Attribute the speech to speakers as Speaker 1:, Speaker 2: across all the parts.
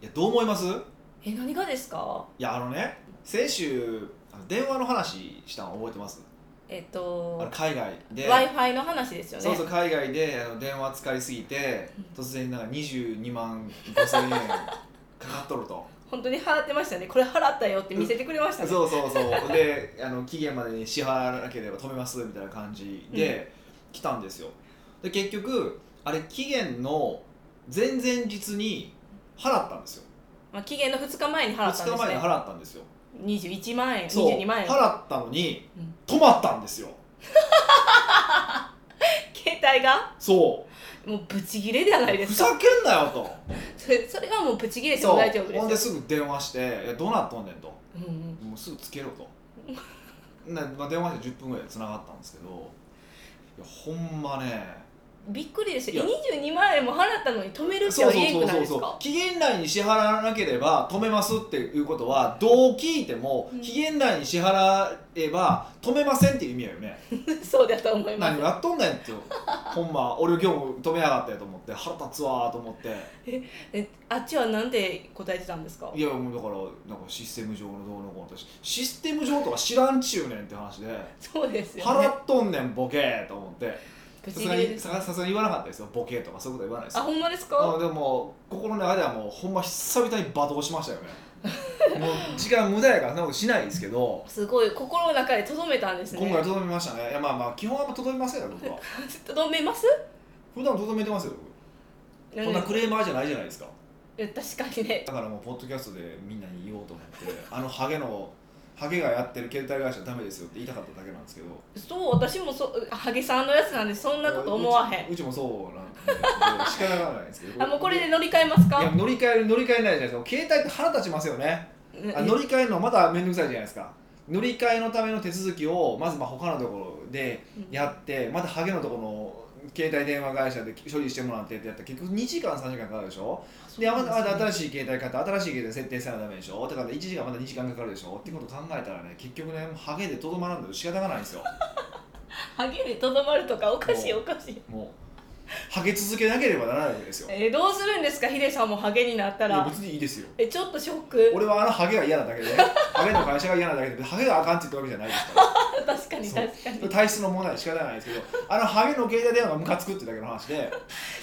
Speaker 1: いやどう思いますい
Speaker 2: え何がですか
Speaker 1: やあのね先週あの電話の話したの覚えてます
Speaker 2: えっ
Speaker 1: あの
Speaker 2: と
Speaker 1: 海外で
Speaker 2: w i f i の話ですよね
Speaker 1: そうそう海外であの電話使いすぎて
Speaker 2: う
Speaker 1: 突然なんか22万5千円かかっとる と
Speaker 2: 本当に払ってましたねこれ払ったよって見せてくれましたね、
Speaker 1: そうそうそうであの期限までに支払わなければ止めますみたいな感じで来たんですよで結局あれ期限の前々日に払ったんですよ
Speaker 2: まあ、期限の2日前に払った
Speaker 1: 2
Speaker 2: ん
Speaker 1: 日
Speaker 2: です
Speaker 1: 前
Speaker 2: ね
Speaker 1: に払ったんですよ
Speaker 2: 21万円
Speaker 1: そう
Speaker 2: 22万円
Speaker 1: 払ったのに
Speaker 2: うん
Speaker 1: 止まったんですよ
Speaker 2: 携帯が
Speaker 1: そ
Speaker 2: もうブチギレじゃないうで
Speaker 1: ふ
Speaker 2: す
Speaker 1: ざ
Speaker 2: か
Speaker 1: けんなよと
Speaker 2: それそれがもうブチギレて
Speaker 1: そ
Speaker 2: も
Speaker 1: う
Speaker 2: 大丈夫です
Speaker 1: ほ
Speaker 2: よ
Speaker 1: んですぐ電話して「いやどうなっとんねん」と
Speaker 2: うんうん
Speaker 1: 「もうすぐつけろ」 とな、まあ、電話して10分ぐらいで繋がったんですけどいやほんまね
Speaker 2: びっくりでし
Speaker 1: い
Speaker 2: た
Speaker 1: や
Speaker 2: 22万円も払ったのに止めるって
Speaker 1: そう
Speaker 2: は
Speaker 1: そう
Speaker 2: 言
Speaker 1: そ
Speaker 2: えんく
Speaker 1: う
Speaker 2: な
Speaker 1: そ
Speaker 2: いで
Speaker 1: う
Speaker 2: す
Speaker 1: そ
Speaker 2: か
Speaker 1: う期限内に支払わなければ止めますっていうことはどう聞いても
Speaker 2: うん
Speaker 1: 期限内に支払えば止めませんっていう意味やよね
Speaker 2: そうだと思います
Speaker 1: 何をやっとんねんってほんま俺業務止めやがったやと思って腹立つわーと思って
Speaker 2: えあっちはなんで答えてたんですか
Speaker 1: いやもうだからなんかシステム上のどうのこうの私システム上とか知らんちゅうねんって話で
Speaker 2: そうですよ
Speaker 1: 払
Speaker 2: ね
Speaker 1: っとんねんボケーと思って
Speaker 2: ブ
Speaker 1: さ
Speaker 2: チ
Speaker 1: す
Speaker 2: ギ
Speaker 1: が
Speaker 2: レ
Speaker 1: に
Speaker 2: です
Speaker 1: ささすがに言わなかったですよボケーとかそういうことは言わないです
Speaker 2: あ
Speaker 1: よ
Speaker 2: ほんまです
Speaker 1: あ
Speaker 2: か
Speaker 1: でも心の中ではもうほんま久々に罵倒しましたよね もう時間無駄やからそんなことしないですけど
Speaker 2: すごい心の中でとどめたんですね
Speaker 1: 今回とどめましたねいやまあまあ基本はとどめませんよ僕は
Speaker 2: とどめます
Speaker 1: 普段とどめてますよ僕こんなクレーマーじゃないじゃないですか
Speaker 2: うん確かにね
Speaker 1: だからもうポッドキャストでみんなに言おうと思ってあのハゲのハゲがやってる携帯会社ダメですよって言いたかっただけなんですけど
Speaker 2: そう私もそうハゲさんのやつなんでそんなこと思わへ
Speaker 1: うんちうちもそうなんで仕方がないですけど
Speaker 2: あもうこれで乗り換えます
Speaker 1: いや
Speaker 2: か
Speaker 1: 乗り換え乗り換えないじゃないですか携帯って腹立ちますよねあ乗
Speaker 2: ね
Speaker 1: り換えるのまた面倒くさいじゃないですか乗り換えのための手続きをまずまあ他のところでやってまたハゲのところの携帯電話会社で処理してもらってってやったら結局2時間3時間かかるでしょでまた新しい携帯買って新しい携帯設定せなダメでしょだから1時間また2時間かかるでしょってこと考えたらね結局ねもうハゲでとどまらんので仕方がないんですよ
Speaker 2: ハゲでとどまるとかおかしいおかしい
Speaker 1: もうハゲ続けなければならないわけですよい
Speaker 2: えーどうするんですかヒデさんもハゲになった
Speaker 1: や
Speaker 2: ら
Speaker 1: 別にいいですよ
Speaker 2: えちょっとショック
Speaker 1: 俺はあのハゲが嫌なだけ でハゲの会社が嫌なだけでハゲがあかんって言ったわけじゃないですから
Speaker 2: 確かに
Speaker 1: そう
Speaker 2: 確か に
Speaker 1: 体質の問題は仕方ないですけどあのハゲの携帯電話がムカつくってだけの話で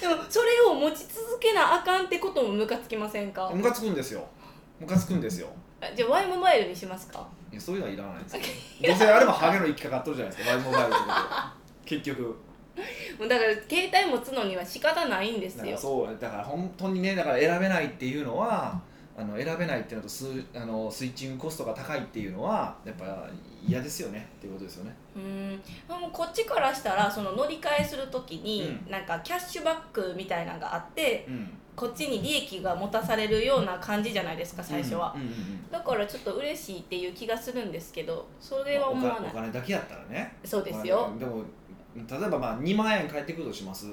Speaker 2: でもそれを持ち続けなあかんってこともムカつきませんか
Speaker 1: ムカつくんですよムカつくんですよ
Speaker 2: あじゃあワイモバイルにしますか
Speaker 1: いやそういうのはいら ないですよどうせあれもハゲの生きかかっとるじゃないですかワイモバイルってこと結局
Speaker 2: もうだから携帯持つのには仕方ないんです
Speaker 1: だか
Speaker 2: よ
Speaker 1: らそうだから本当にねだから選べないっていうのはあの選べないっていうのとスあのスイッチングコストが高いっていうのはやっぱ嫌ですよねっていうことですよね
Speaker 2: うーんあもうこっちからしたらその乗り換えする時に、なんかキャッシュバックみたいなのがあって
Speaker 1: うん
Speaker 2: こっちに利益が持たされるような感じじゃないですか最初は、
Speaker 1: うんうんうんうん
Speaker 2: だからちょっと嬉しいっていう気がするんですけどそれは
Speaker 1: お
Speaker 2: 思わ
Speaker 1: 金
Speaker 2: な
Speaker 1: お
Speaker 2: い
Speaker 1: 金だけやったらね
Speaker 2: そうですよ
Speaker 1: まあでも例えばまあ2万円返ってくるとします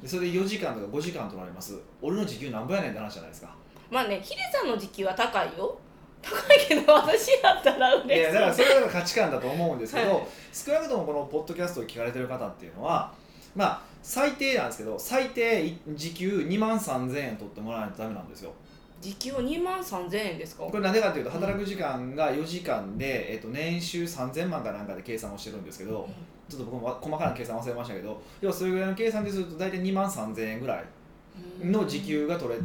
Speaker 1: でそれで4時間とか5時間取られます俺の時給なんぼやねんって話じゃないですか
Speaker 2: まあねヒデさんの時給は高いよ高いけど私だったら嬉しい
Speaker 1: いやだからそれが価値観だと思うんですけど、
Speaker 2: はい
Speaker 1: 少なくともこのポッドキャストを聞かれてる方っていうのはまあ最低なんですけど最低い時給2万3000円取ってもらわないとダメなんですよ
Speaker 2: 時給2万3000円ですか
Speaker 1: これなんでかっていうと働く時間が4時間で、えっと、年収3000万かなんかで計算をしてるんですけどちょっと僕もわ細かな計算忘れましたけど要はそれぐらいの計算ですると大体2万3000円ぐらい
Speaker 2: うん
Speaker 1: の時給が取れ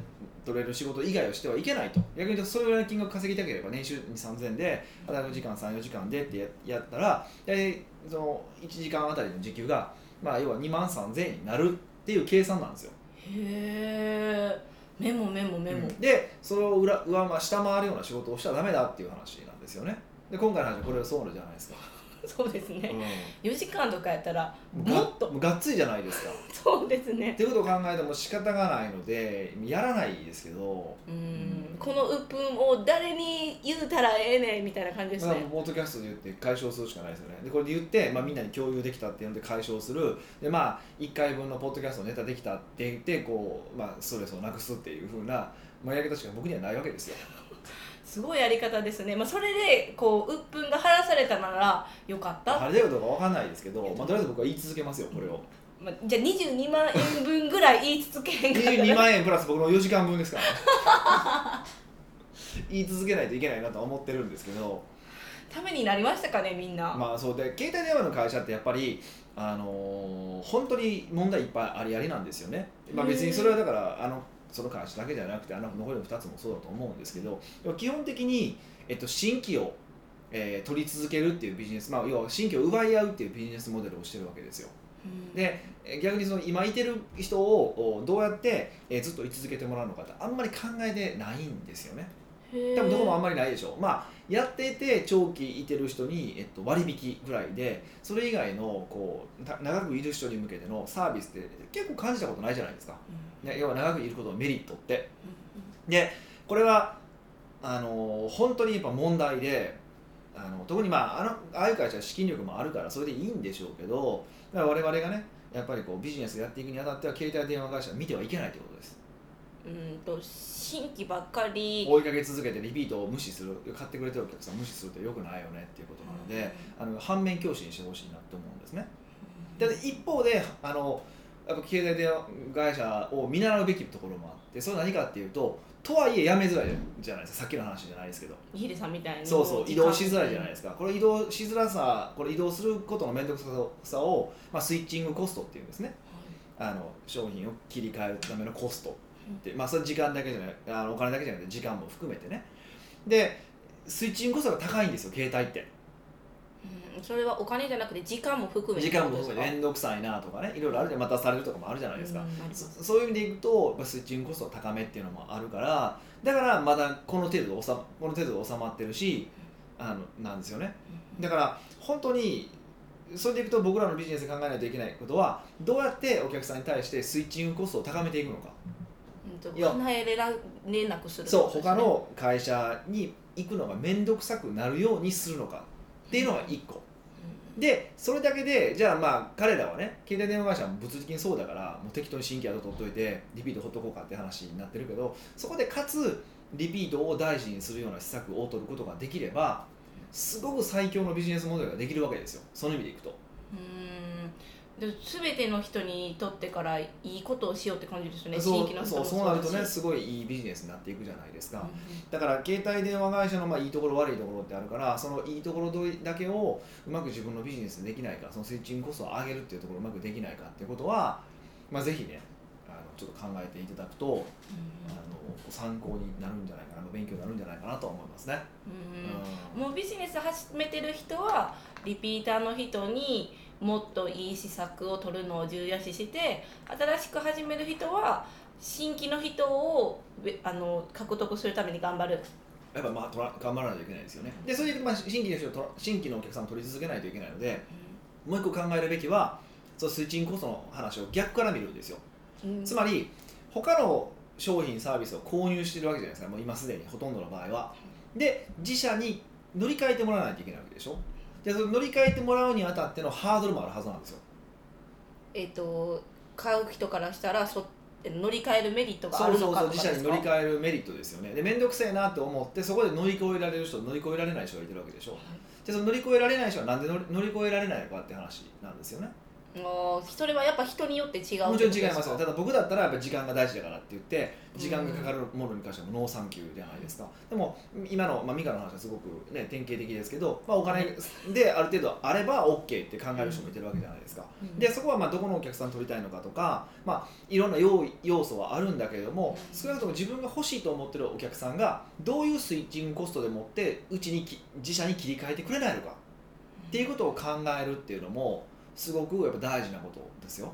Speaker 1: 取れる仕事以外をしてはいけないと逆に言うとそれぐらいの金額稼ぎたければ年収に3000で働く時間34時間でってややったら大体その1時間あたりの時給が、まあ、要は2万3000円になるっていう計算なんですよ、
Speaker 2: へえメモメモメモ、
Speaker 1: でそれを裏上まあ下回るような仕事をしたらダメだっていう話なんですよねで今回の話はこれはそうじゃないですか、
Speaker 2: そうですね
Speaker 1: う
Speaker 2: 4時間とかやったら
Speaker 1: ん
Speaker 2: もっと
Speaker 1: ががっつりじゃないですか
Speaker 2: そうですね
Speaker 1: っていうことを考えても仕方がないのでやらないですけど
Speaker 2: うーんこの鬱憤を誰に言うたらええねんみたいな感じです
Speaker 1: だから
Speaker 2: ね
Speaker 1: もうポッドキャストで言って解消するしかないですよねでこれで言って、まあ、みんなに共有できたっていうので解消するでまあ1回分のポッドキャストのネタできたって言ってこう、まあ、ストレスをなくすっていうふうな、まあ、やり方しか僕にはないわけですよ
Speaker 2: すごいやり方ですね、まあ、それでこう鬱憤が晴らされたならよかった、
Speaker 1: あれだかどうかわかんないですけど、まあ、とりあえず僕は言い続けますよこれを
Speaker 2: まあ、じゃあ22万円分ぐらい言い続けへんかったら
Speaker 1: 22万円プラス僕の4時間分ですから、ね、言い続けないといけないなとは思ってるんですけど
Speaker 2: ためになりましたかねみんな、
Speaker 1: まあそうで携帯電話の会社ってやっぱりあのー本当に問題いっぱいありありなんですよね、まあ、別にそれはだからあのその会社だけじゃなくてあの残りの2つもそうだと思うんですけどでも基本的に、えっと、新規を、えー取り続けるっていうビジネス、まあ、要は新規を奪い合うっていうビジネスモデルをしてるわけですよ
Speaker 2: うん
Speaker 1: でえー逆にその今いてる人をおどうやって、えーずっと居続けてもらうのかってあんまり考えてないんですよね
Speaker 2: へー
Speaker 1: 多分どこもあんまりないでしょう、まあ、やってて長期いてる人に、えっと、割引ぐらいでそれ以外のこうた長くいる人に向けてのサービスって結構感じたことないじゃないですか、
Speaker 2: うん
Speaker 1: ね、要は長くいることのメリットってでこれはあの本当にやっぱ問題であの特に、まあ、あのああいう会社は資金力もあるからそれでいいんでしょうけどだから我々がねやっぱりこうビジネスやっていくにあたっては携帯電話会社は見てはいけないということです
Speaker 2: うんうんと新規ばっかり
Speaker 1: 追いかけ続けてリピートを無視する買ってくれてるお客さん無視するってよくないよねっていうことなので、あの反面教師にしてほしいなと思うんですね
Speaker 2: うん
Speaker 1: ただ一方であのやっぱ携帯電話会社を見習うべきところもあってそれは何かっていうととはいえやめづらいじゃないですかさっきの話じゃないですけど
Speaker 2: ヒデさんみたいに
Speaker 1: そうそう移動しづらいじゃない
Speaker 2: で
Speaker 1: ですかこれ移動しづらさこれ移動することの面倒くささを、まあ、スイッチングコストっていうんですね
Speaker 2: すか、
Speaker 1: あの商品を切り替えるためのコストって、まあ、それ時間だけじゃないあのお金だけじゃなくて時間も含めてねでスイッチングコストが高いんですよ携帯って
Speaker 2: うんそれはお金じゃなくて時間も含め
Speaker 1: 時間も
Speaker 2: ってこと
Speaker 1: 含めて面倒くさいなとかねいろいろあるじゃん待たされるとかもあるじゃないですか、
Speaker 2: うんあります
Speaker 1: そそういう意味でいくとやっぱスイッチングコスト高めっていうのもあるからだからまだこの程度で収まこの程度で収まってるしあのなんですよねだから本当にそれでいくと僕らのビジネスで考えないといけないことはどうやってお客さんに対してスイッチングコストを高めていくのか
Speaker 2: うんと
Speaker 1: いや
Speaker 2: 離れられなくする
Speaker 1: そう他の会社に行くのが面倒くさくなるようにするのかっていうのが1個でそれだけでじゃあまあ彼らはね携帯電話会社は物理的にそうだからもう適当に新規や取っといてリピートほっとこうかって話になってるけどそこでかつリピートを大事にするような施策を取ることができればすごく最強のビジネスモデルができるわけですよその意味でいくと
Speaker 2: うんうんで全ての人にとってからいいことをしようって感じですね
Speaker 1: そ
Speaker 2: 新
Speaker 1: う
Speaker 2: 規の人
Speaker 1: そう
Speaker 2: も
Speaker 1: そうなるとね
Speaker 2: だし
Speaker 1: すごいいいビジネスになっていくじゃないですか、
Speaker 2: う
Speaker 1: だから携帯電話会社のまあいいところ悪いところってあるからそのいいところだけをうまく自分のビジネスできないかそのスイッチングコストを上げるっていうところをうまくできないかっていうことは、まあ、ぜひねあのちょっと考えていただくと、あの参考になるんじゃないかなまあ勉強になるんじゃないかなと思いますね。
Speaker 2: んうん
Speaker 1: うん
Speaker 2: うんもうビジネス始めてる人はリピーターの人にもっといい施策を取るのを重要視して新しく始める人は新規の人をべあの獲得するために頑張る。
Speaker 1: やっぱまあとら頑張らないといけないですよね。でそれでまあ新規の人をとら新規のお客さんを取り続けないといけないのでもう一個考えるべきはそのスイッチングコストの話を逆から見るんですよ。
Speaker 2: うん
Speaker 1: つまり他の商品サービスを購入してるわけじゃないですかもう今すでにほとんどの場合はで自社に乗り換えてもらわないといけないわけでしょでその乗り換えてもらうにあたってのハードルもあるはずなんですよ
Speaker 2: えっ、と買う人からしたらそ乗り換えるメリットがあ
Speaker 1: そう
Speaker 2: る
Speaker 1: そ
Speaker 2: の
Speaker 1: う
Speaker 2: か
Speaker 1: そ
Speaker 2: と
Speaker 1: う
Speaker 2: か
Speaker 1: 自社に乗り
Speaker 2: え
Speaker 1: 換えるメリットですよねで面倒くせえなって思ってそこで乗り越えられる人乗り越えられない人がいてるわけでしょでその乗り越えられない人はなんで乗り乗り越えられないのかって話なんですよね
Speaker 2: それはやっぱ人によって違う
Speaker 1: もちろん違いますよ
Speaker 2: よ
Speaker 1: ただ僕だったらやっぱ時間が大事だからって言って時間がかかるものに関してはノーサンキューじゃないですか、でも今の、まあ、ミカの話はすごく、ね、典型的ですけど、まあ、お金である程度あれば OK って考える人もいてるわけじゃないですか、でそこはまあどこのお客さん取りたいのかとか、まあ、いろんな要要素はあるんだけれども
Speaker 2: うん
Speaker 1: 少なくとも自分が欲しいと思ってるお客さんがどういうスイッチングコストでもってうちにき自社に切り替えてくれないのかっていうことを考えるっていうのもすごくやっぱ大事なことですよ。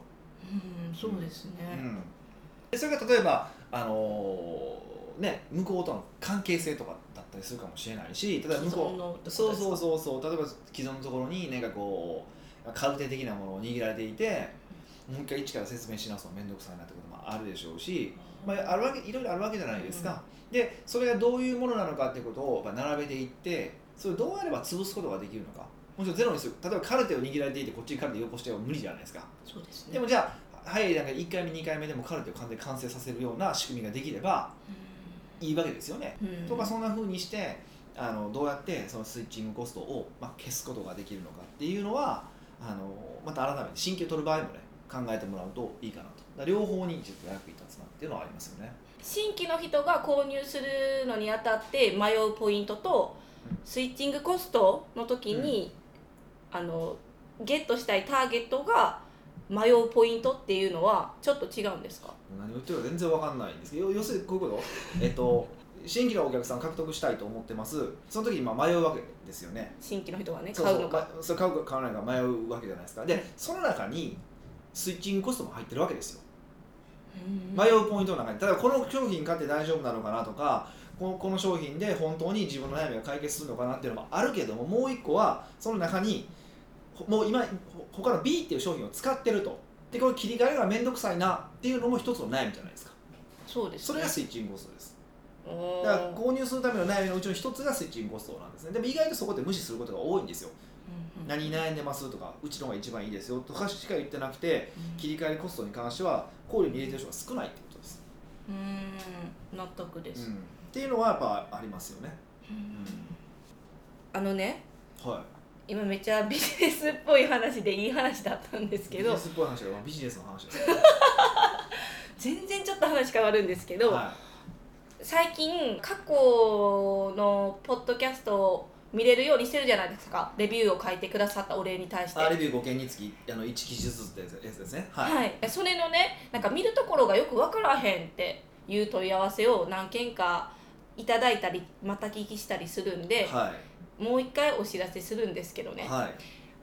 Speaker 2: うんそうですね、
Speaker 1: でそれが例えば、あのーね、向こうとの関係性とかだったりするかもしれないし例えば向
Speaker 2: 既存
Speaker 1: こ
Speaker 2: のってこと
Speaker 1: う
Speaker 2: ですか
Speaker 1: そうそうそうそう例えば既存のところに何かこうカルテ的なものを握られていてもう一回一から説明し直すの面倒くさいなってこともあるでしょうし、まあ、あるわけいろいろあるわけじゃないですか、でそれがどういうものなのかってことをやっぱ並べていってそれをどうやれば潰すことができるのかもちろんゼロにする例えばカルテを握られていてこっちにカルテよこしては無理じゃないですか
Speaker 2: そうですね
Speaker 1: でもじゃあはいなんか1回目2回目でもカルテを完全に完成させるような仕組みができればいいわけですよね。
Speaker 2: うん
Speaker 1: とかそんな風にしてあのどうやってそのスイッチングコストを、まあ、消すことができるのかっていうのはあのまた改めて新規を取る場合もね考えてもらうといいかなとだから両方に実は役に立つなっていうのはありますよね。
Speaker 2: 新規の人が購入するのにあたって迷うポイントと
Speaker 1: うん
Speaker 2: スイッチングコストの時に、あのゲットしたいターゲットが迷うポイントっていうのはちょっと違うんですか
Speaker 1: 何を言ってるか全然わかんないんですけど要要するにこういう ことえっと新規のお客さん獲得したいと思ってますその時にまあ迷うわけですよね
Speaker 2: 新規の人がね
Speaker 1: そう
Speaker 2: 買
Speaker 1: そう
Speaker 2: うのか
Speaker 1: まそう買うか買わないか迷うわけじゃないですかで、
Speaker 2: はい
Speaker 1: その中にスイッチングコストも入ってるわけですよ、
Speaker 2: うん
Speaker 1: 迷うポイントの中に例えばこの商品買って大丈夫なのかなとかこのこの商品で本当に自分の悩みが解決するのかなっていうのもあるけどももう一個はその中にほもう今ほ他の B っていう商品を使ってるとでこの切り替えが面倒くさいなっていうのも一つの悩みじゃないですか
Speaker 2: そうです、
Speaker 1: それがスイッチングコストです
Speaker 2: おー
Speaker 1: だから購入するための悩みのうちの一つがスイッチングコストなんですねでも意外とそこで無視することが多いんですよ
Speaker 2: うんうん
Speaker 1: 何に悩んでますとかうちの方が一番いいですよとかしか言ってなくて切り替えコストに関しては考慮に入れてる人が少ないってことです、
Speaker 2: うん納得で
Speaker 1: う
Speaker 2: す、
Speaker 1: んっていうのはやっぱありますよね
Speaker 2: うんあのね
Speaker 1: は
Speaker 2: 今めっちゃビジネスっぽい話でいい話だったんです
Speaker 1: い
Speaker 2: け
Speaker 1: ビジ
Speaker 2: ど
Speaker 1: ネスっぽい話はビジネスの話です、
Speaker 2: 全然ちょっと話変わるんですけど、
Speaker 1: は
Speaker 2: 最近過去のポッドキャストを見れるようにしてるじゃないですかレビューを書いてくださったお礼に対して
Speaker 1: い、あレビュー5件につきあの1記事ずつってやつですねはい、
Speaker 2: はい、それのねなんか見るところがよく分からへんっていう問い合わせを何件かいただいたりまた聞きしたりするんで、
Speaker 1: は
Speaker 2: もう一回お知らせするんですけど
Speaker 1: い
Speaker 2: ね、
Speaker 1: はい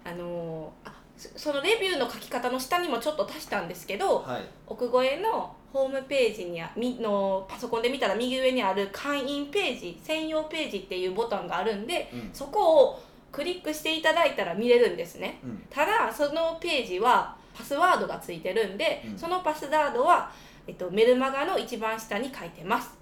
Speaker 2: あのーあそそのレビューの書き方の下にもちょっと足したんですけど
Speaker 1: はい
Speaker 2: 奥越えのホームページにあみのパソコンで見たら右上にある会員ページ専用ページっていうボタンがあるんで
Speaker 1: うん
Speaker 2: そこをクリックしていただいたら見れるんですね
Speaker 1: うん
Speaker 2: ただそのページはパスワードがついてるんで、
Speaker 1: うん
Speaker 2: そのパスワードは、えっと、メルマガの一番下に書いてます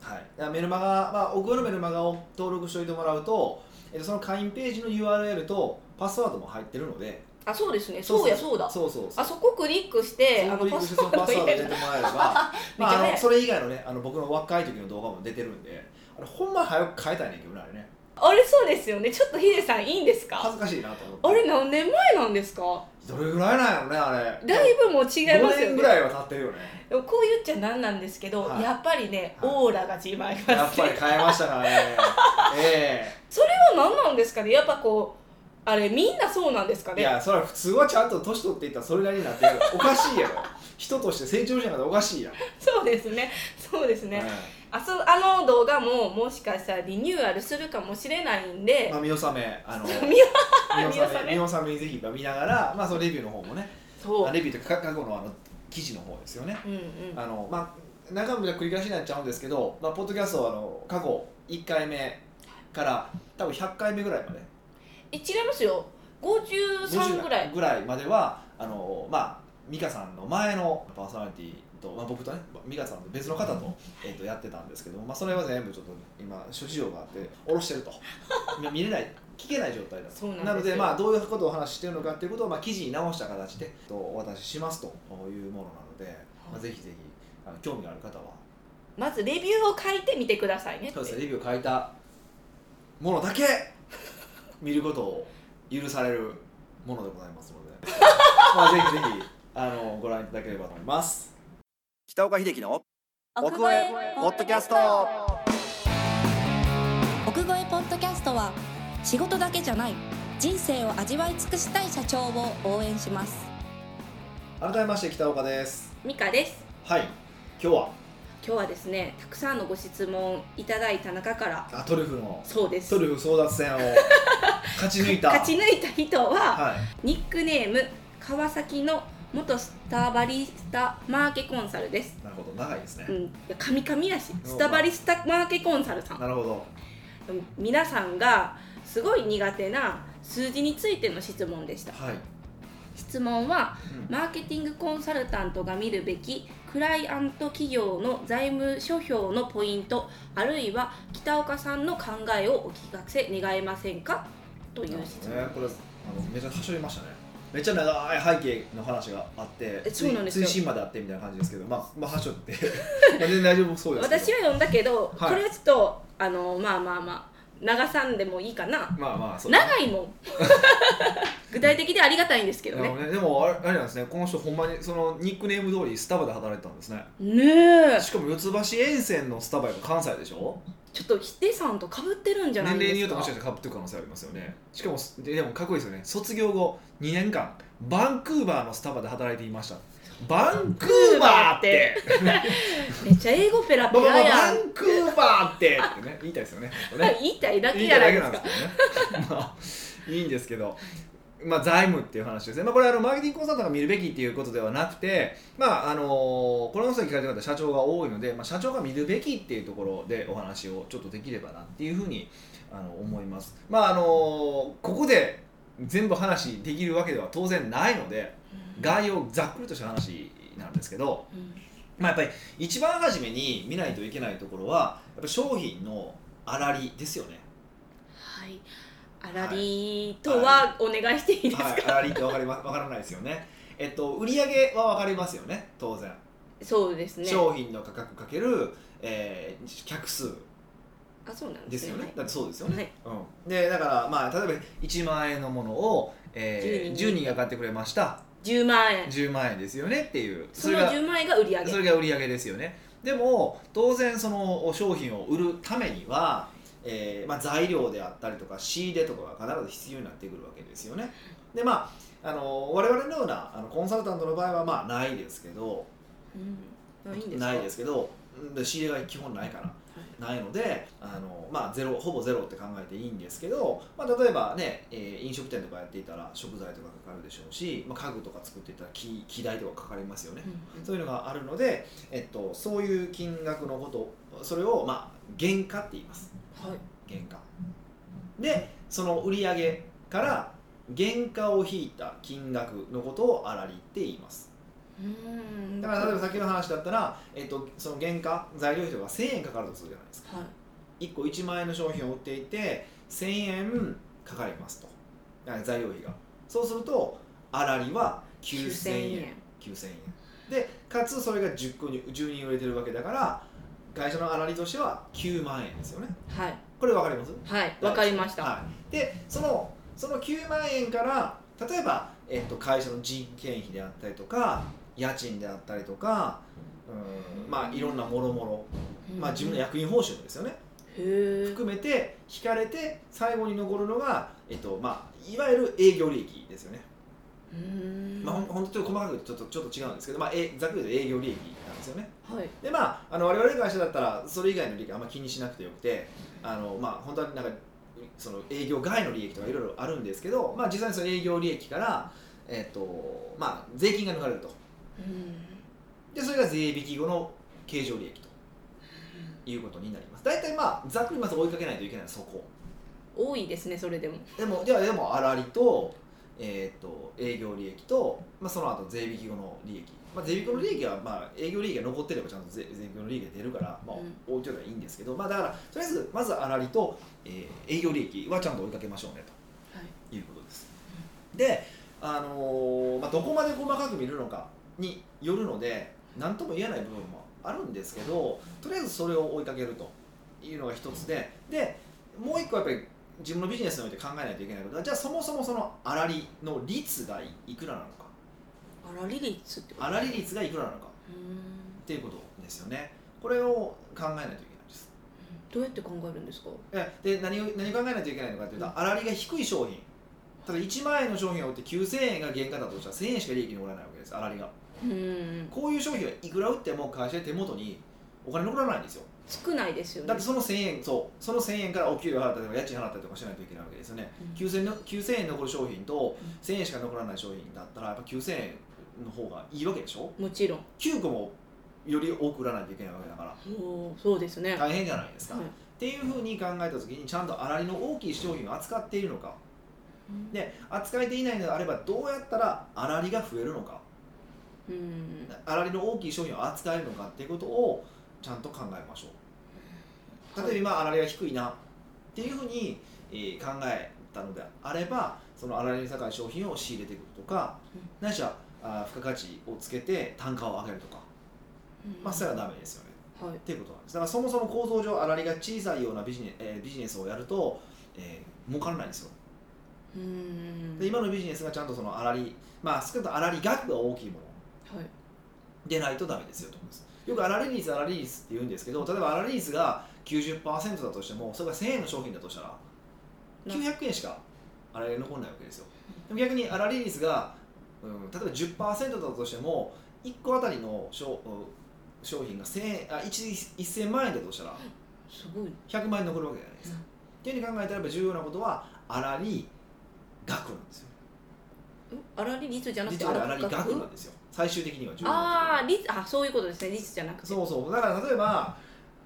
Speaker 1: はい、だからメルマガ、まあ、奥越えのメルマガを登録しておいてもらうと、えっと、その会員ページの URL とパスワードも入ってるので
Speaker 2: あそうですねそうやそうだ
Speaker 1: そうそうそう
Speaker 2: あそこクリック して
Speaker 1: そ
Speaker 2: あ
Speaker 1: うク
Speaker 2: の
Speaker 1: リッ
Speaker 2: パ
Speaker 1: クして
Speaker 2: ス
Speaker 1: その
Speaker 2: ワ
Speaker 1: パ
Speaker 2: ー
Speaker 1: ス
Speaker 2: ド
Speaker 1: ワード
Speaker 2: 入
Speaker 1: 入
Speaker 2: れ
Speaker 1: れ
Speaker 2: る
Speaker 1: てもらえればま
Speaker 2: めっち
Speaker 1: あ、
Speaker 2: ゃ
Speaker 1: あ
Speaker 2: 早
Speaker 1: の
Speaker 2: い
Speaker 1: それ以外のねあの僕の若い時の動画も出てるんであれほんま早く変えたいねんけどねあれね
Speaker 2: あれそうですよねちょっとヒデさんいいんですか
Speaker 1: 恥ずかしいなと思って
Speaker 2: あれ何年前なんですか
Speaker 1: どれぐらいなんやろねあれ
Speaker 2: だいぶもう違います
Speaker 1: 5
Speaker 2: よ
Speaker 1: 年ぐ
Speaker 2: ね
Speaker 1: らいは経ってるよね
Speaker 2: でもこう言っちゃなんなんですけど、
Speaker 1: はい
Speaker 2: やっぱりね、
Speaker 1: はい
Speaker 2: オーラが違いますね
Speaker 1: やっぱり変えましたから ねえ
Speaker 2: これは何なんですかねやっぱこうあれみんなそうなんですか
Speaker 1: えい
Speaker 2: ね
Speaker 1: やそれは普通はちゃんと年取っていったらそれなりになってる おかしいやろ人として成長じゃなくておかしいやん、
Speaker 2: そうですねそうですね、
Speaker 1: え
Speaker 2: あそあの動画ももしかしたらリニューアルするかもしれないん
Speaker 1: え
Speaker 2: で、
Speaker 1: まあ見納めあ の
Speaker 2: 見よ
Speaker 1: 見
Speaker 2: 見納
Speaker 1: 納
Speaker 2: め
Speaker 1: め見納めにぜひ見ながら、まあ、そのレビューの方もね
Speaker 2: そう、
Speaker 1: あレビューというか過去のあの記事の方ですよね
Speaker 2: うんうん
Speaker 1: あのまあ中身は繰り返しになっちゃうんですけど、まあ、ポッドキャストはあの過去1回目から多分100回目ぐらいまで
Speaker 2: え違いますよ53ぐらい
Speaker 1: 50ぐらいまではあのまあ美香さんの前のパーソナリティと、まあ、僕とね美香さんと別の方と,、えー、とやってたんですけど、まあ、それは全部ちょっと今諸事情があって下ろして ると今見れない聞けない状態だと
Speaker 2: そうなんですよ
Speaker 1: ので、まあ、どういうことをお話ししてるのかっていうことを、まあ、記事に直した形でえっとお渡ししますというものなので、まあ、ぜひぜひあの興味がある方は
Speaker 2: まずレビューを書いてみてくださいねって
Speaker 1: そうですねレビューを書いたものだけ見ることを許されるものでございますので まあぜひぜひあのご覧いただければと思います北岡秀樹の奥越えポッドキャスト
Speaker 3: 奥越えポッドキャストは仕事だけじゃない人生を味わい尽くしたい社長を応援します
Speaker 1: 改めまして北岡です
Speaker 2: ミカです
Speaker 1: はい今日は
Speaker 2: 今日はですねたくさんのご質問いただいた中から
Speaker 1: あトリュフの
Speaker 2: そうです
Speaker 1: トリュフ争奪戦を勝ち抜いた
Speaker 2: 勝ち抜いた人は
Speaker 1: はい
Speaker 2: ニックネーム川崎の元スタバリスタマーケコンサルです
Speaker 1: なるほど長いですね、
Speaker 2: うんいや神々やしスタバリスタマーケコンサルさん
Speaker 1: なるほど
Speaker 2: 皆さんがすごい苦手な数字についての質問でした
Speaker 1: はい、
Speaker 2: 質問は
Speaker 1: うん
Speaker 2: マーケティングコンサルタントが見るべきクライアント企業の財務諸表のポイントあるいは北岡さんの考えをお聞かせ願えませんかという
Speaker 1: なる
Speaker 2: 質
Speaker 1: ほ
Speaker 2: 問、
Speaker 1: どね、これあのめちゃはしょりましたねめっちゃ長い背景の話があって
Speaker 2: えそうなんですよ
Speaker 1: 追伸まであってみたいな感じですけどま あ、まあ、はしょって まあ全然大丈夫そうですけど
Speaker 2: 私は読んだけど、
Speaker 1: はい
Speaker 2: これはちょっとあのまあまあまあ流さんでもいいかな
Speaker 1: まあまあそう
Speaker 2: 長いもん 具体的でありがたいんですけど
Speaker 1: なる
Speaker 2: ね
Speaker 1: ほどねでもあれあれなんですねこの人ほんまにそのニックネーム通りスタバで働いてたんですね
Speaker 2: ねえ
Speaker 1: しかも四つ橋沿線のスタバやっぱ関西でしょ
Speaker 2: ちょっとヒデさんとかぶってるんじゃな
Speaker 1: 年
Speaker 2: い
Speaker 1: 齢に
Speaker 2: で
Speaker 1: よ
Speaker 2: す
Speaker 1: ってもしか
Speaker 2: か
Speaker 1: したら被ってる可能性ありますよねしかもででもかっこいいですよね卒業後2年間バンクーバーのスタバで働いていましたバンクーバーって
Speaker 2: めっちゃ英語ペラ
Speaker 1: バ
Speaker 2: ペ
Speaker 1: ババ
Speaker 2: ラや
Speaker 1: バ
Speaker 2: ん
Speaker 1: ンクーバーってってね言いたいですよね本当 ね
Speaker 2: 言いたいだけ
Speaker 1: いい
Speaker 2: や
Speaker 1: だ
Speaker 2: ない
Speaker 1: け
Speaker 2: です
Speaker 1: なん
Speaker 2: か
Speaker 1: ですけどね まあいいんですけど、まあ、財務っていう話ですね、まあ、これあのマーケティングコンサルタントが見るべきっていうことではなくて、まああのこの人に聞かれてる方社長が多いので、まあ、社長が見るべきっていうところでお話をちょっとできればなっていうふうにあの思います。まああのここで全部話できるわけでは当然ないので概要ざっくりとした話なんですけど、
Speaker 2: うん
Speaker 1: まあ、やっぱり一番初めに見ないといけないところはやっぱり商品のあらりですよね。
Speaker 2: はいあらりとはお願いしていいですか、
Speaker 1: はい、あらりってわかりまわからないですよね。えっと売上はわかりますよね、当然。
Speaker 2: そうですね
Speaker 1: 商品の価格かける、えー客数
Speaker 2: あそうなん
Speaker 1: で
Speaker 2: ですす
Speaker 1: よ
Speaker 2: よ
Speaker 1: ね。
Speaker 2: ね
Speaker 1: だってそうですよ
Speaker 2: は
Speaker 1: ね。
Speaker 2: い
Speaker 1: うん。でだからまあ例えば1万円のものを、えー、10
Speaker 2: 10人
Speaker 1: 人が買ってくれました。
Speaker 2: 10万円
Speaker 1: 10万円ですよねっていう。
Speaker 2: その10万円が売り上げ
Speaker 1: それが売り上げですよねでも当然その商品を売るためには、えーまあ、材料であったりとか仕入れとかが必ず必要になってくるわけですよねでまああの我々のようなあのコンサルタントの場合はまあないですけど
Speaker 2: うんないんですか
Speaker 1: ないですけどうんで仕入れが基本ないからないのであの、まあ、ゼロほぼゼロって考えていいんですけど、まあ、例えばね、えー飲食店とかやっていたら食材とかかかるでしょうし、まあ、家具とか作っていったら木木代とかかかりますよね
Speaker 2: うん
Speaker 1: そういうのがあるので、えっと、そういう金額のことそれを、まあ、原価って言います
Speaker 2: はい
Speaker 1: 原価でその売上から原価を引いた金額のことを粗利って言います
Speaker 2: うん
Speaker 1: だから例えばさっきの話だったら、えっと、その原価材料費とか1000円かかるとするじゃないですか
Speaker 2: はい
Speaker 1: 1個1万円の商品を売っていて1000円かかりますとだから材料費がそうすると粗利は9000円9000円でかつそれが10個に10人売れてるわけだから会社の粗利としては9万円ですよね
Speaker 2: はい
Speaker 1: これ分かります
Speaker 2: はいわかりました、
Speaker 1: はい、でそのその9万円から例えば、えっと、会社の人件費であったりとか家賃であったりとかうんまあいろんなもろもろまあ自分の役員報酬ですよね
Speaker 2: へー
Speaker 1: 含めて引かれて最後に残るのが、えっとまあ、いわゆる営業利益ですよね
Speaker 2: うん
Speaker 1: まあ、ほんほんとちょっと細かくちょっとちょっと違うんですけど、まあ、えざっくり言うと営業利益なんですよね
Speaker 2: はい
Speaker 1: でまああの我々の会社だったらそれ以外の利益あんま気にしなくてよくてあのまあ本当はなんかその営業外の利益とかいろいろあるんですけど、まあ、実際にその営業利益から、えっとまあ、税金が抜かれると
Speaker 2: うん
Speaker 1: でそれが税引き後の経常利益ということになります大体まあざっくりまず追いかけないといけないのはそこ
Speaker 2: 多いですねそれでも
Speaker 1: でもではでも粗利と,、えー、と営業利益と、まあ、その後税引き後の利益、まあ、税引き後の利益は、まあ、営業利益が残ってればちゃんと税税引き後の利益が出るから、まあ
Speaker 2: うん、
Speaker 1: 置いといたらいいんですけど、まあ、だからとりあえずまず粗利と、えー営業利益はちゃんと追いかけましょうね
Speaker 2: はい
Speaker 1: ということです。で、あのーまあ、どこまで細かく見るのかによるので何とも言えない部分もあるんですけどとりあえずそれを追いかけるというのが一つででもう一個やっぱり自分のビジネスにおいて考えないといけないことはじゃあそもそもその粗利の率がいくらなのか
Speaker 2: あらり率ってこと
Speaker 1: 粗利率がいくらなのか
Speaker 2: うーん
Speaker 1: っていうことですよねこれを考えないといけないです
Speaker 2: どうやって考えるんですか
Speaker 1: えで何を何を考えないといけないのかっていうと粗利が低い商品例えば1万円の商品を売って9000円が原価だとしたら1000円しか利益に残らないわけです粗利が
Speaker 2: うん
Speaker 1: こういう商品はいくら売っても会社で手元にお金残らないんですよ
Speaker 2: 少ないですよね
Speaker 1: だってその1000円そうその1000円からお給料払ったりとか家賃払ったりとかしないといけないわけですよね
Speaker 2: うん
Speaker 1: 9000円の9000円残る商品と
Speaker 2: うん
Speaker 1: 1000円しか残らない商品だったらやっぱ9000円の方がいいわけでしょ
Speaker 2: もちろん
Speaker 1: 9個もより多く売らないといけないわけだから
Speaker 2: おーそうですね
Speaker 1: 大変じゃないですか、
Speaker 2: はい
Speaker 1: っていうふうに考えた時にちゃんと粗利の大きい商品を扱っているのかで扱えていないのであればどうやったら粗利が増えるのか
Speaker 2: うん
Speaker 1: 粗利の大きい商品を扱えるのかっていうことをちゃんと考えましょう
Speaker 2: はい
Speaker 1: 例えば今粗利が低いなっていうふうに、えー考えたのであればその粗利の高い商品を仕入れていくとか、ないしはあー付加価値をつけて単価を上げるとか、まあ、それはダメですよね
Speaker 2: はい
Speaker 1: っていうことなんですだからそもそも構造上粗利が小さいようなビジネ,、えービジネスをやると、えー儲からないんですよ
Speaker 2: うーん
Speaker 1: で今のビジネスがちゃんとその粗利まあ少なくとも粗利額が大きいもの
Speaker 2: はい
Speaker 1: でないとダメですよと思いますよく粗利率粗利率って言うんですけど例えば粗利率が90%だとしてもそれが1000円の商品だとしたら900円しか粗利が残らないわけですよでも逆に粗利率が、うん、例えば10%だとしても1個あたりの商商品が1000円あ 1, 1000万円だとしたら
Speaker 2: すごい
Speaker 1: 100万円残るわけじゃないですか。っていうふうに考えたらやっぱ重要なことは粗利額なんですよ。
Speaker 2: 粗利率じゃなくて
Speaker 1: 実は粗利
Speaker 2: 粗利
Speaker 1: 額なんですよ。最終的には重要な
Speaker 2: ああ率あそういうことですね率じゃなくて
Speaker 1: ところ。そうそう。だから例えば、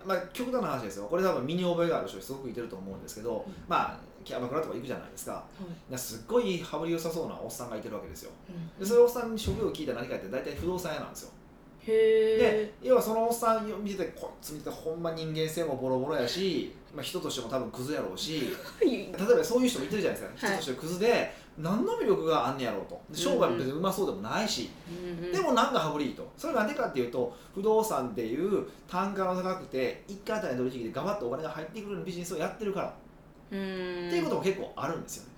Speaker 1: まあ、極端な話ですよ。これ多分身に覚えがある人にすごくいてると思うんですけど、
Speaker 2: うん
Speaker 1: まあキャバクラとか行くじゃないですか。だか
Speaker 2: はい
Speaker 1: らすっごい羽振り良さそうなおっさんがいてるわけですよ。
Speaker 2: うん
Speaker 1: でそういうおっさんに職業を聞いたら何かって大体不動産屋なんですよ。
Speaker 2: へ
Speaker 1: で要はそのおっさんを見ててこいつ見ててほんま人間性もボロボロやし、まあ、人としても多分クズやろうし。
Speaker 2: え
Speaker 1: 例えばそういう人もいてるじゃないですか、
Speaker 2: はい
Speaker 1: 人としてクズで何の魅力があんねやろうとで商売も別にうまそうでもないし、でもなんか羽振りいいとそれがなんでかっていうと不動産っていう単価の高くて1回あたりの取引でガバッとお金が入ってくるようなビジネスをやってるから、
Speaker 2: うん
Speaker 1: っていうことも結構あるんですよね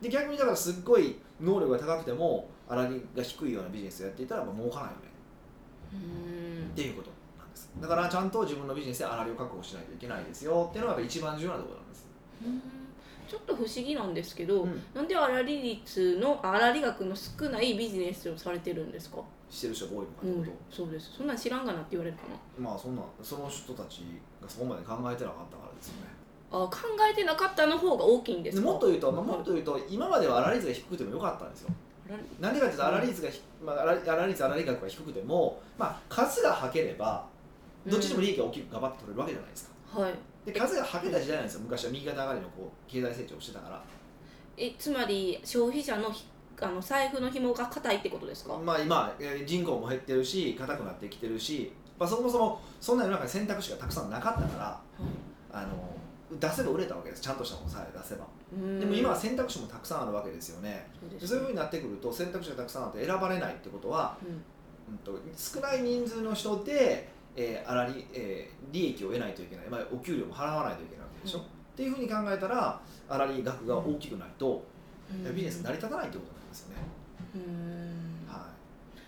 Speaker 1: で逆にだからすっごい能力が高くても粗利が低いようなビジネスをやっていたらまあ儲からないよね
Speaker 2: うん
Speaker 1: っていうことなんですだからちゃんと自分のビジネスで粗利を確保しないといけないですよっていうのがやっぱ一番重要なところなんです、
Speaker 2: うんちょっと不思議なんですけど、
Speaker 1: うん
Speaker 2: なんで粗利率の粗利額の少ないビジネスをされてるんですか、
Speaker 1: してる人が多いのか
Speaker 2: う
Speaker 1: ってこと、
Speaker 2: ん、そうですそんなん知らんがなって言われるかな
Speaker 1: まあそんなその人たちがそこまで考えてなかったからですよね
Speaker 2: あ考えてなかったの方が大きいんです
Speaker 1: で
Speaker 2: か
Speaker 1: もっと言うと、まあ、
Speaker 2: はい
Speaker 1: もっと言うと今までは粗利率が低くてもよかったんですよ
Speaker 2: 粗利
Speaker 1: なんでかっていうと粗利率がひ、まあ、粗利粗利率粗利額が低くても、まあ、数がはければどっちでも利益が大きくガバッと取れるわけじゃないですか、
Speaker 2: はい
Speaker 1: で数がはけた時代なんですよ昔は右肩上がりのこう経済成長をしてたから
Speaker 2: えつまり消費者のひあの財布の紐が硬いってことですか
Speaker 1: まあ今えー人口も減ってるし硬くなってきてるし、まあ、そもそもそんな世の中に選択肢がたくさんなかったからあの出せば売れたわけですちゃんとしたものさえ出せば
Speaker 2: うん
Speaker 1: でも今は選択肢もたくさんあるわけですよね、
Speaker 2: そうで
Speaker 1: ですそういうふうになってくると選択肢がたくさんあって選ばれないってことは、
Speaker 2: うん
Speaker 1: うん、と少ない人数の人で、えーあらりえー利益を得ないといけない、まあ、お給料も払わないといけないわけでしょ、
Speaker 2: うん
Speaker 1: っていうふうに考えたらあらり額が大きくないと、
Speaker 2: うん
Speaker 1: ビジネス成り立たないってことなんですよね、
Speaker 2: うん
Speaker 1: は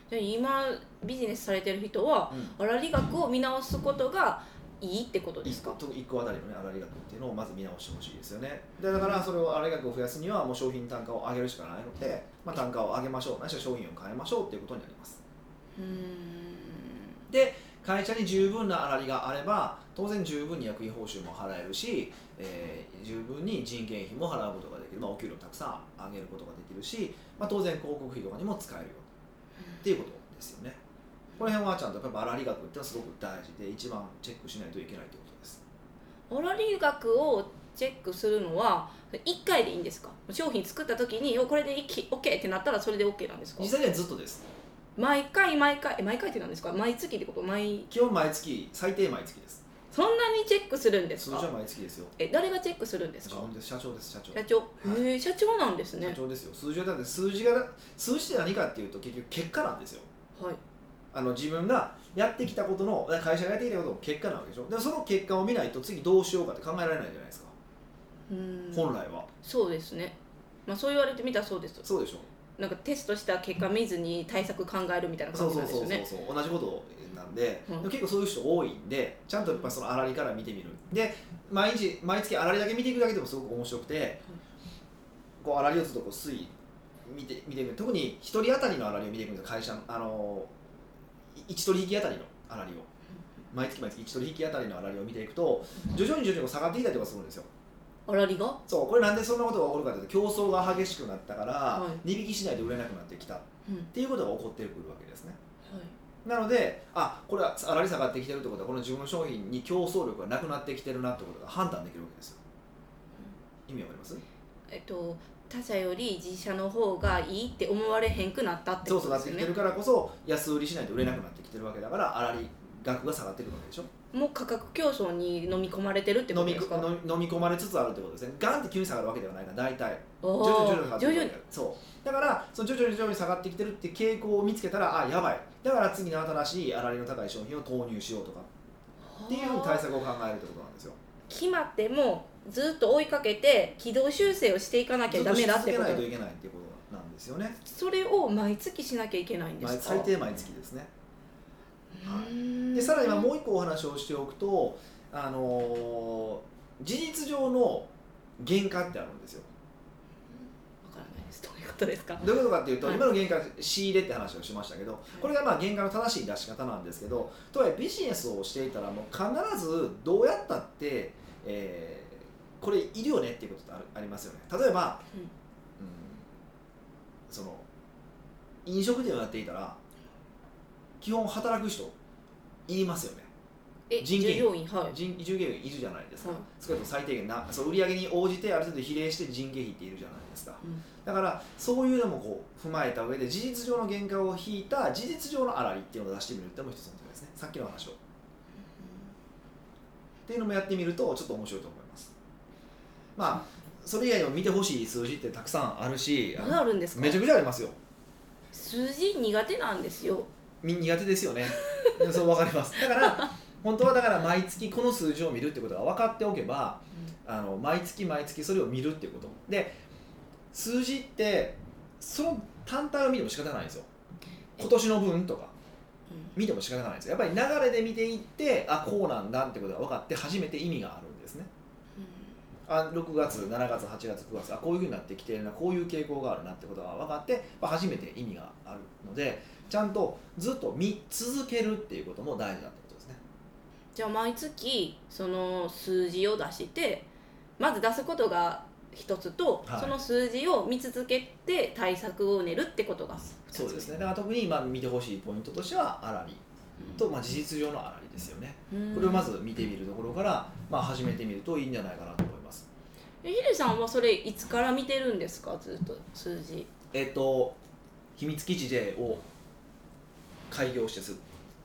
Speaker 2: じゃあ今ビジネスされてる人はい
Speaker 1: うん
Speaker 2: 粗利額を見直すことがいいってことです
Speaker 1: 1
Speaker 2: か
Speaker 1: 個特に一個あたりのね、粗利額っていうのをまず見直してほしいですよね。でだからそれを粗利額を増やすにはもう商品単価を上げるしかないので、まあ、単価を上げましょう、ないしは商品を変えましょうっていうことになります。
Speaker 2: うん
Speaker 1: 会社に十分な粗利があれば当然十分に役員報酬も払えるし、えー十分に人件費も払うことができる、まあ、お給料もたくさん上げることができるし、まあ、当然広告費とかにも使えるよっていうことですよねこの辺はちゃんとやっぱ粗利額っていうのはすごく大事で一番チェックしないといけないということです
Speaker 2: 粗利額をチェックするのは1回でいいんですか商品作った時におこれで OK ってなったらそれで OK なんですか
Speaker 1: 実際にはずっとです
Speaker 2: 毎回毎回え毎回ってなんですか毎月ってこと毎
Speaker 1: 基本毎月最低毎月です
Speaker 2: そんなにチェックするんです
Speaker 1: 通常
Speaker 2: か
Speaker 1: 毎月ですよ
Speaker 2: え誰がチェックするんです
Speaker 1: 社
Speaker 2: か
Speaker 1: 長です社長です社長
Speaker 2: 社長、
Speaker 1: い
Speaker 2: へえ社長なんですね
Speaker 1: 社長ですよ数字はだって数字が数字って何かっていうと結局結果なんですよ
Speaker 2: はい
Speaker 1: あの自分がやってきたことの会社がやってきたことの結果なわけでしょでもその結果を見ないと次どうしようかって考えられないじゃないですか、
Speaker 2: うん
Speaker 1: 本来は
Speaker 2: そうですねまあそう言われてみたらそうです
Speaker 1: そうでしょ
Speaker 2: なんかテストした結果見ずに対策考えるみたいな
Speaker 1: そ
Speaker 2: 感
Speaker 1: う
Speaker 2: じ
Speaker 1: そ
Speaker 2: な
Speaker 1: うん
Speaker 2: です
Speaker 1: そうそ
Speaker 2: よ
Speaker 1: うそう
Speaker 2: ね
Speaker 1: 同じことなんで,、
Speaker 2: うん
Speaker 1: 結構そういう人多いんでちゃんとやっぱその粗利から見てみるで毎日毎月粗利だけ見ていくだけでもすごく面白くて、こう粗利をずっとこう推移見て見てみる特に一人当たりの粗利を見ていくんですよ会社のあの一取引当たりの粗利を毎月毎月一取引当たりの粗利を見ていくと徐々に徐々に下がってきたりとかするんですよ
Speaker 2: あらりが
Speaker 1: そうこれなんでそんなことが起こるかというと競争が激しくなったから、
Speaker 2: は
Speaker 1: 値引きしないで売れなくなってきたっ
Speaker 2: うんは
Speaker 1: ていうことが起こってくるわけですねなのであこれは粗利下がってきてるってことはこの自分の商品に競争力がなくなってきてるなってことが判断できるわけですよ意味わかります
Speaker 2: いえっと他社より自社の方がいいって思われへんくなったって
Speaker 1: そう
Speaker 2: こ
Speaker 1: そう
Speaker 2: と
Speaker 1: な
Speaker 2: で
Speaker 1: って
Speaker 2: すよ
Speaker 1: き
Speaker 2: ね
Speaker 1: てるからこそ安売りしないと売れなくなってきてるわけだから粗利額が下がってくるわけでしょ
Speaker 2: もう価格競争に飲み込まれてるってこ
Speaker 1: 飲
Speaker 2: と
Speaker 1: み
Speaker 2: で
Speaker 1: 飲
Speaker 2: すか
Speaker 1: み飲み込まれつつあるってことですねガンって急に下がるわけではないから大体
Speaker 2: お
Speaker 1: 徐々に徐々に下がっ
Speaker 2: ー
Speaker 1: てくるそうだからその徐々に徐々に下がってきてるって傾向を見つけたらあやばいだから次の新しい粗利の高い商品を投入しようとかっていうふうに対策を考えるってことなんですよ
Speaker 2: 決まってもずっと追いかけて軌道修正をしていかなきゃダメだって
Speaker 1: ず
Speaker 2: こ
Speaker 1: っとし続けないと
Speaker 2: と
Speaker 1: いけないっていうことなんですよね
Speaker 2: それを毎月しなきゃいけないんで
Speaker 1: 毎
Speaker 2: すか
Speaker 1: 最低毎月ですね
Speaker 2: うーん
Speaker 1: でさらにはもう一個お話をしておくと、あのー事実上の原価ってあるんですよ
Speaker 2: わからないですどういうことですか
Speaker 1: どういうことかっていうと、
Speaker 2: はい
Speaker 1: 今の原価仕入れって話をしましたけどこれがまあ原価の正しい出し方なんですけどとはいえビジネスをしていたらもう必ずどうやったって、えーこれいるよねっていうことってあるありますよね例えば、
Speaker 2: うん
Speaker 1: うんその飲食店をやっていたら基本働く人いりますよね
Speaker 2: え
Speaker 1: 人件
Speaker 2: 従
Speaker 1: 費
Speaker 2: 業員はい
Speaker 1: 人従業員いるじゃないですか、
Speaker 2: はい
Speaker 1: 少なくとも最低限なそう売り上げに応じてある程度比例して人件費っているじゃないですか、
Speaker 2: うん
Speaker 1: だからそういうのもこう踏まえた上で事実上の原価を引いた事実上の粗利っていうのを出してみるっていうのも一つの手ですねさっきの話をっていうのもやってみるとちょっと面白いと思いますまあそれ以外にも見てほしい数字ってたくさんあるしあ
Speaker 2: ま
Speaker 1: の
Speaker 2: だあるんですか
Speaker 1: めちゃくちゃありますよ
Speaker 2: 数字苦手なんですよ
Speaker 1: み苦手ですよねでもそう分かりますだから本当はだから毎月この数字を見るってことが分かっておけばあの毎月毎月それを見るっていうことで数字ってその単体を見ても仕方がないんですよ今年の分とか見ても仕方がないんですよやっぱり流れで見ていってあこうなんだってことが分かって初めて意味があるんですねあ6月7月8月9月あこういうふうになってきてるなこういう傾向があるなってことが分かって、まあ、初めて意味があるのでちゃんとずっと見続けるっていうことも大事だってことですね
Speaker 2: じゃあ毎月その数字を出してまず出すことが一つと、
Speaker 1: はい
Speaker 2: その数字を見続けて対策を練るってことが二つ
Speaker 1: そうですねだから特にまあ見てほしいポイントとしては粗利と、まあ、事実上の粗利ですよね
Speaker 2: うん
Speaker 1: これをまず見てみるところから、まあ、始めてみるといいんじゃないかなと思います。
Speaker 2: えヒデさんはそれいつから見てるんですかずっと数字
Speaker 1: えっ、と秘密基地 J を開業してず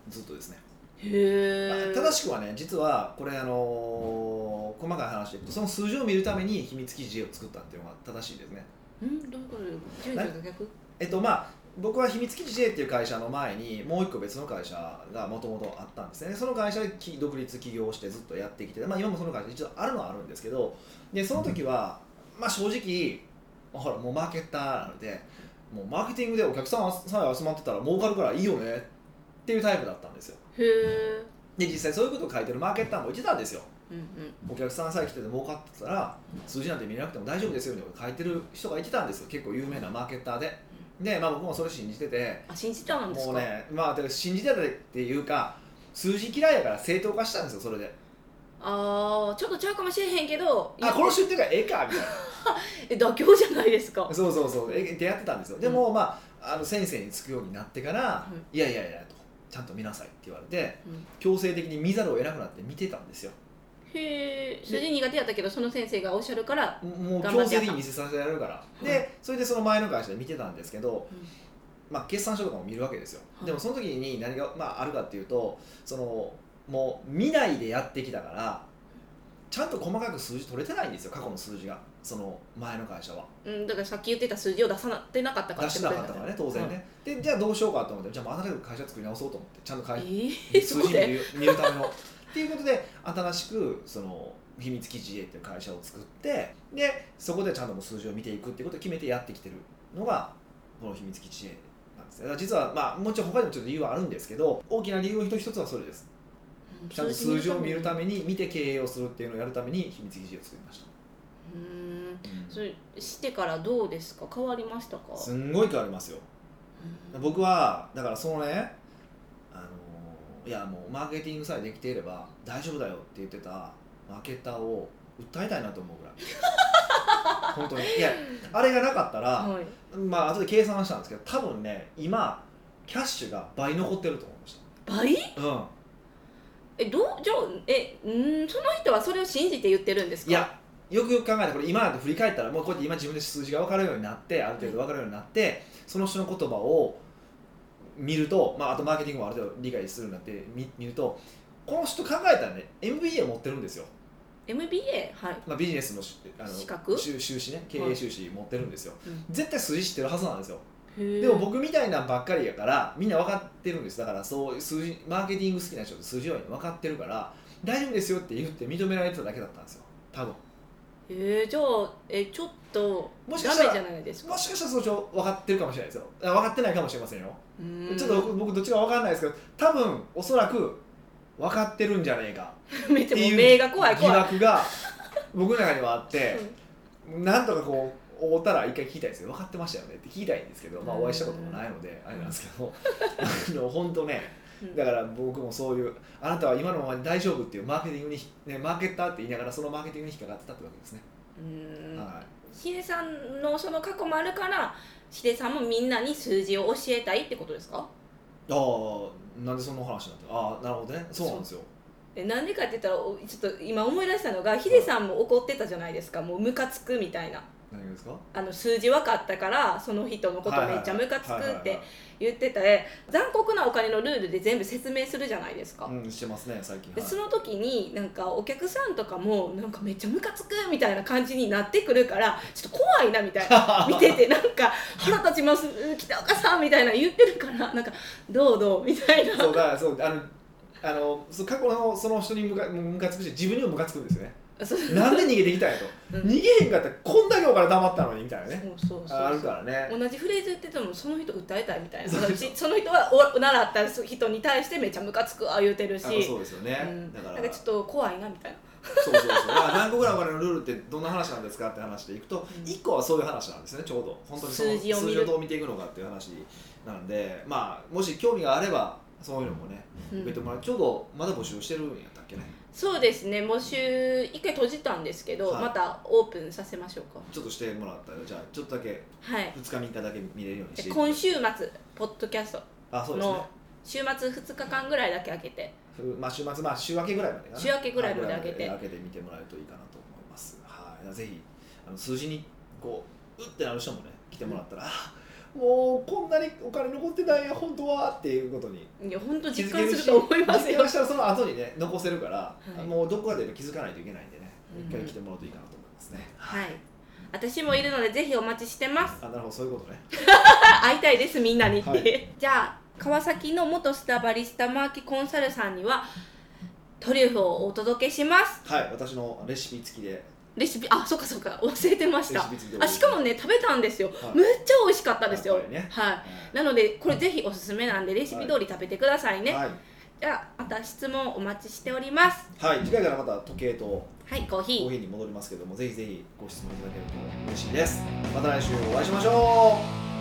Speaker 1: ずっとですね、
Speaker 2: へえ
Speaker 1: あ正しくはね実はこれあのー細かい話でいくとその数字を見るために秘密基地 J を作ったっていうのが正しいですね
Speaker 2: うんどういうこと順序が逆
Speaker 1: えっ、とまあ僕は秘密基地 J っていう会社の前にもう一個別の会社がもともとあったんですねその会社でき独立起業してずっとやってきて、まあ、今もその会社一応あるのはあるんですけどでその時は、まあ、正直ほらもうマーケッターなのでもうマーケティングでお客さんさえ集まってたら儲かるからいいよねっていうタイプだったんですよ
Speaker 2: へえ
Speaker 1: で実際そういうことを書いてるマーケッターもいてたんですよ
Speaker 2: うんうん
Speaker 1: お客さんさえ来てて儲かってたら数字なんて見なくても大丈夫ですよみたいなこと書いてる人がいてたんですよ結構有名なマーケッターでで、まあ、僕もそれ信じてて
Speaker 2: あ信じたんですか
Speaker 1: もうねまあてか信じてたっていうか数字嫌いやから正当化したんですよそれで
Speaker 2: ああちょっとちゃうかもしれへんけど
Speaker 1: あこの人言ってるからええかみたいな
Speaker 2: え妥協じゃないですか
Speaker 1: そうそうそうえ出会ってたんですよでも、まああの先生につくようになってから、い、やいやいやとちゃんと見なさいって言われて、
Speaker 2: うん
Speaker 1: 強制的に見ざるを得なくなって見てたんですよ
Speaker 2: へえ数字苦手やったけどその先生がおっしゃるから
Speaker 1: もう
Speaker 2: 頑
Speaker 1: 強
Speaker 2: 張って
Speaker 1: 制
Speaker 2: やった
Speaker 1: 的に見せさせられるから
Speaker 2: うん
Speaker 1: でそれでその前の会社で見てたんですけど、
Speaker 2: うん
Speaker 1: まあ、決算書とかも見るわけですよ
Speaker 2: はい
Speaker 1: でもその時に何が、まあ、あるかっていうとそのもう見ないでやってきたからちゃんと細かく数字取れてないんですよ過去の数字がその前の会社は
Speaker 2: うん、だからさっき言ってた数字を出さなってなかったから
Speaker 1: 出してなかったからね当然ね、でじゃあどうしようかと思ってじゃあ新しく会社作り直そうと思ってちゃんと会社
Speaker 2: ええそ
Speaker 1: 数
Speaker 2: こ
Speaker 1: 字見
Speaker 2: で
Speaker 1: る見るための。っていうことで新しくその秘密基地 A っていう会社を作ってでそこでちゃんともう数字を見ていくっていうことを決めてやってきてるのがこの秘密基地 A なんですねだから実はまあもちろん他にもちょっと理由はあるんですけど大きな理由の一つはそれですちゃんと数字を見るために見て経営をするっていうのをやるために秘密基地 A を作りました、
Speaker 2: うんそれしてからどうですか変わりましたか
Speaker 1: すんごい変わりますよ
Speaker 2: うん
Speaker 1: 僕はだからそのねあのーいやもうマーケティングさえできていれば大丈夫だよって言ってたマーケッターを訴えたいなと思うぐらい本当にいやあれがなかったら、
Speaker 2: はい、
Speaker 1: まあ後で計算したんですけど多分ね今キャッシュが倍残ってると思いまし
Speaker 2: 倍
Speaker 1: たうん
Speaker 2: えどうじゃあえうんその人はそれを信じて言ってるんですか
Speaker 1: いやよくよく考えてこれ今だと振り返ったらもうこうやって今自分で数字が分かるようになってある程度分かるようになってその人の言葉を見ると、まあ、あとマーケティングもある程度理解するようになってみ見るとこの人考えたらね MBA を持ってるんですよ、
Speaker 2: MBA はい
Speaker 1: まあ、ビジネスのしあの
Speaker 2: 資格
Speaker 1: 修修士ね経営修士持ってるんですよ、
Speaker 2: うん
Speaker 1: 絶対数字知ってるはずなんですよ
Speaker 2: で
Speaker 1: でも僕みたいなんばっかりやからみんな分かってるんですだからそう数字マーケティング好きな人って数字は分かってるから大丈夫ですよって言って認められてただけだったんですよ多分
Speaker 2: えー、じゃあえちょっと
Speaker 1: もしか
Speaker 2: ダ
Speaker 1: した
Speaker 2: メ
Speaker 1: ら
Speaker 2: じゃないですか
Speaker 1: もしかしたらその人分かってるかもしれないですよあ分かってないかもしれませんよ、
Speaker 2: うーん
Speaker 1: ちょっと僕僕どっちか分かんないですけど多分おそらく分かってるんじゃねえか
Speaker 2: めっ
Speaker 1: っ
Speaker 2: ちゃ
Speaker 1: て
Speaker 2: もう
Speaker 1: い
Speaker 2: 目
Speaker 1: う疑
Speaker 2: が怖い怖い、
Speaker 1: 惑が僕の中にはあって
Speaker 2: うん
Speaker 1: なんとかこう追ったら一回聞きたいですよ分かってましたよねって聞きたいんですけど、まあ、
Speaker 2: うん
Speaker 1: お会いしたこともないのであれなんですけど あの本当ね
Speaker 2: うん
Speaker 1: だから僕もそういうあなたは今のままで大丈夫っていうマーケティングに、ね、マーケッターって言いながらそのマーケティングに引っかかってたってわけですね、
Speaker 2: うーん
Speaker 1: はい
Speaker 2: ヒデさんのその過去もあるからヒデさんもみんなに数字を教えたいってことですか
Speaker 1: ああなんでそんなお話になってああなるほどねそうなんですよ
Speaker 2: えなんでかって言ったらおちょっと今思い出したのがヒデさんも怒ってたじゃないですかもうムカつくみたいな
Speaker 1: 何がですか
Speaker 2: あの数字分かったからその人のことめっちゃムカつくって言ってて残酷なお金のルールで全部説明するじゃないですか、
Speaker 1: うんしてますね最近
Speaker 2: で
Speaker 1: はい
Speaker 2: その時になんかお客さんとかもなんかめっちゃムカつくみたいな感じになってくるからちょっと怖いなみた いな見ててなんか腹立ちます北岡さんみたいな言ってるからなんかどうどうみたいな
Speaker 1: そうだからそうあのあのそう過去のその人にムカムカつくし自分にもムカつくんです よね
Speaker 2: そう
Speaker 1: なんで逃げてきたんやと、
Speaker 2: うん
Speaker 1: 逃げへんかったらこんだけお金溜まったのにみたいなね
Speaker 2: そうそうそう
Speaker 1: ああるからね
Speaker 2: 同じフレーズ言っててもその人訴えたいみたいな
Speaker 1: そう
Speaker 2: そのちその人はお習った人に対してめっちゃムカつくあ言うてるし
Speaker 1: あそうですよね、
Speaker 2: うん、
Speaker 1: だ
Speaker 2: だ
Speaker 1: か
Speaker 2: かららちょっと怖いなみたいな
Speaker 1: そうそうそうだから何個ぐらいお金のルールってどんな話なんですかって話でいくと、
Speaker 2: うん
Speaker 1: 一1個はそういう話なんですねちょうど本当にその
Speaker 2: 数字を見る
Speaker 1: どう見ていくのかっていう話なんでまあもし興味があればそういうのもね、
Speaker 2: うん
Speaker 1: 受けてもらうちょうどまだ募集してるんやったっけね
Speaker 2: そうですね募集一回閉じたんですけど、
Speaker 1: はい
Speaker 2: またオープンさせましょうか
Speaker 1: ちょっとしてもらったらじゃあちょっとだけ
Speaker 2: はい
Speaker 1: 2日3日だけ見れるようにして
Speaker 2: 今週末ポッドキャス
Speaker 1: あそ
Speaker 2: ト
Speaker 1: うですね
Speaker 2: の週末2日間ぐらいだけ開けて
Speaker 1: ふまあ、週末、まあ、週明けぐらいまでかな
Speaker 2: 週明けぐらいまで
Speaker 1: は
Speaker 2: 開けて
Speaker 1: 開けて見てもらえるといいかなと思いますはいぜひあの数字にこううってなる人もね来てもらったら、あもうこんなにお金残ってないや本当はっていうことに
Speaker 2: いや本当
Speaker 1: 気づけ
Speaker 2: 実感
Speaker 1: る
Speaker 2: す
Speaker 1: し
Speaker 2: ると思います
Speaker 1: 実
Speaker 2: よ
Speaker 1: 感したらその後にね残せるから、
Speaker 2: い
Speaker 1: もうどこかで気づかないといけないんでね
Speaker 2: うん
Speaker 1: 一回来てもらうといいかなと思いますね、
Speaker 2: はい私もいるのでぜひお待ちしてます
Speaker 1: あなるほどそういうことね
Speaker 2: 会いたいですみんなに、
Speaker 1: はい
Speaker 2: じゃあ川崎の元スタバリスタマーキコンサルさんにはトリュフをお届けします
Speaker 1: はい私のレシピ付きで
Speaker 2: レシピあそうかそうか忘れてまし
Speaker 1: レ
Speaker 2: た
Speaker 1: シピ付きで
Speaker 2: あしかもね食べたんですよ、
Speaker 1: はい
Speaker 2: むっちゃ美味しかったですよ
Speaker 1: やっぱりね
Speaker 2: はいなのでこれぜひおすすめなんでレシピ通り食べてくださいね、
Speaker 1: はい、
Speaker 2: じゃあまた質問お待ちしております
Speaker 1: はい、次回からまた時計と
Speaker 2: はいコーヒ
Speaker 1: コ
Speaker 2: ー
Speaker 1: ーヒーに戻りますけどもぜひぜひご質問いただけると嬉しいですまた来週お会いしましょう